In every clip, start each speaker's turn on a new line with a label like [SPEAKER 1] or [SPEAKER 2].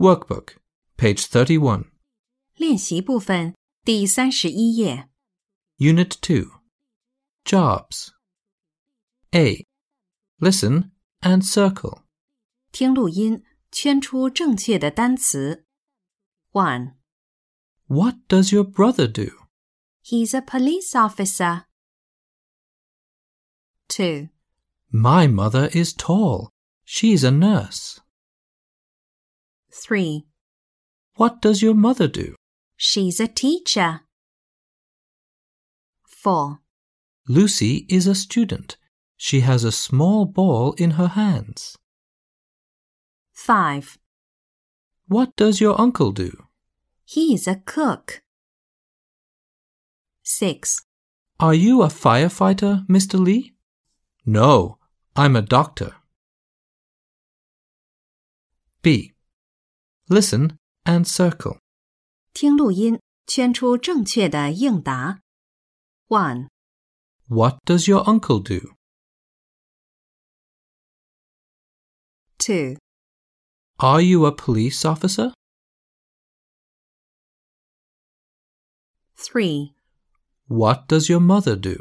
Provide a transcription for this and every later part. [SPEAKER 1] Workbook, page 31,
[SPEAKER 2] 练习部分第三十一页
[SPEAKER 1] Unit 2. Jobs. A. Listen and circle.
[SPEAKER 2] 听录音，圈出正确的单词。One,
[SPEAKER 1] What does your brother do?
[SPEAKER 2] he's a police officer. Two,
[SPEAKER 1] My mother is tall. She's a nurse.
[SPEAKER 2] three,
[SPEAKER 1] What does your mother do?
[SPEAKER 2] she's a teacher. Four,
[SPEAKER 1] Lucy is a student. She has a small ball in her hands.
[SPEAKER 2] five,
[SPEAKER 1] What does your uncle do?
[SPEAKER 2] he's a cook. Six,
[SPEAKER 1] Are you a firefighter, Mr. Lee? No, I'm a doctor. B. Listen and circle.
[SPEAKER 2] 听录音，圈出正确的应答。One,
[SPEAKER 1] What does your uncle do?
[SPEAKER 2] two,
[SPEAKER 1] Are you a police officer?
[SPEAKER 2] three,
[SPEAKER 1] What does your mother do?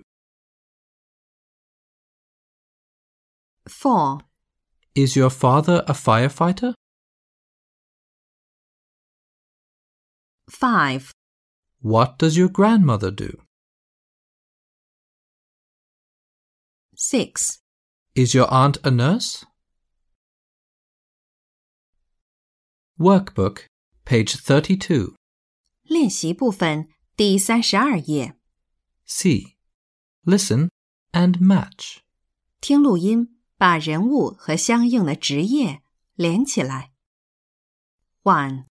[SPEAKER 2] four,
[SPEAKER 1] Is your father a firefighter?
[SPEAKER 2] five,
[SPEAKER 1] What does your grandmother do?
[SPEAKER 2] six,
[SPEAKER 1] Is your aunt a nurse? Workbook, page 32.
[SPEAKER 2] 练习部分第三十二页，
[SPEAKER 1] C. Listen and match.
[SPEAKER 2] 听录音，把人物和相应的职业连起来。One.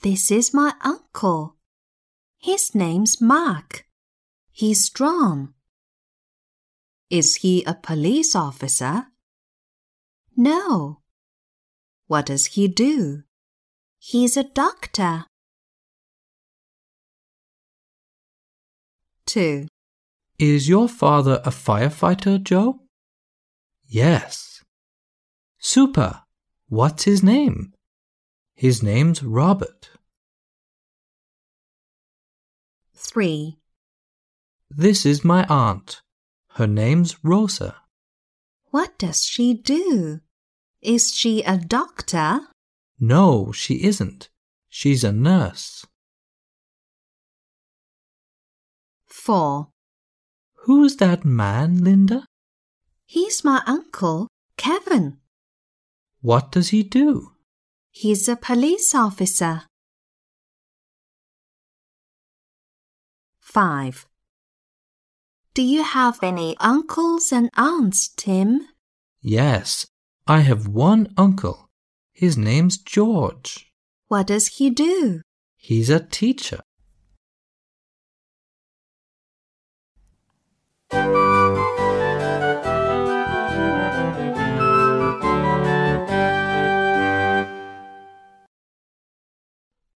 [SPEAKER 2] This is my uncle. His name's Mark. He's strong. Is he a police officer? No. What does he do? He's a doctor. Two.
[SPEAKER 1] Is your father a firefighter, Joe? Yes. Super. What's his name? His name's Robert.
[SPEAKER 2] Three.
[SPEAKER 1] This is my aunt. Her name's Rosa.
[SPEAKER 2] What does she do? Is she a doctor?
[SPEAKER 1] No, she isn't. She's a nurse.
[SPEAKER 2] Four.
[SPEAKER 1] Who's that man, Linda?
[SPEAKER 2] He's my uncle, Kevin.
[SPEAKER 1] What does he do?
[SPEAKER 2] He's a police officer. Five. Do you have any uncles and aunts, Tim?
[SPEAKER 1] Yes, I have one uncle. His name's George.
[SPEAKER 2] What does he do?
[SPEAKER 1] He's a teacher.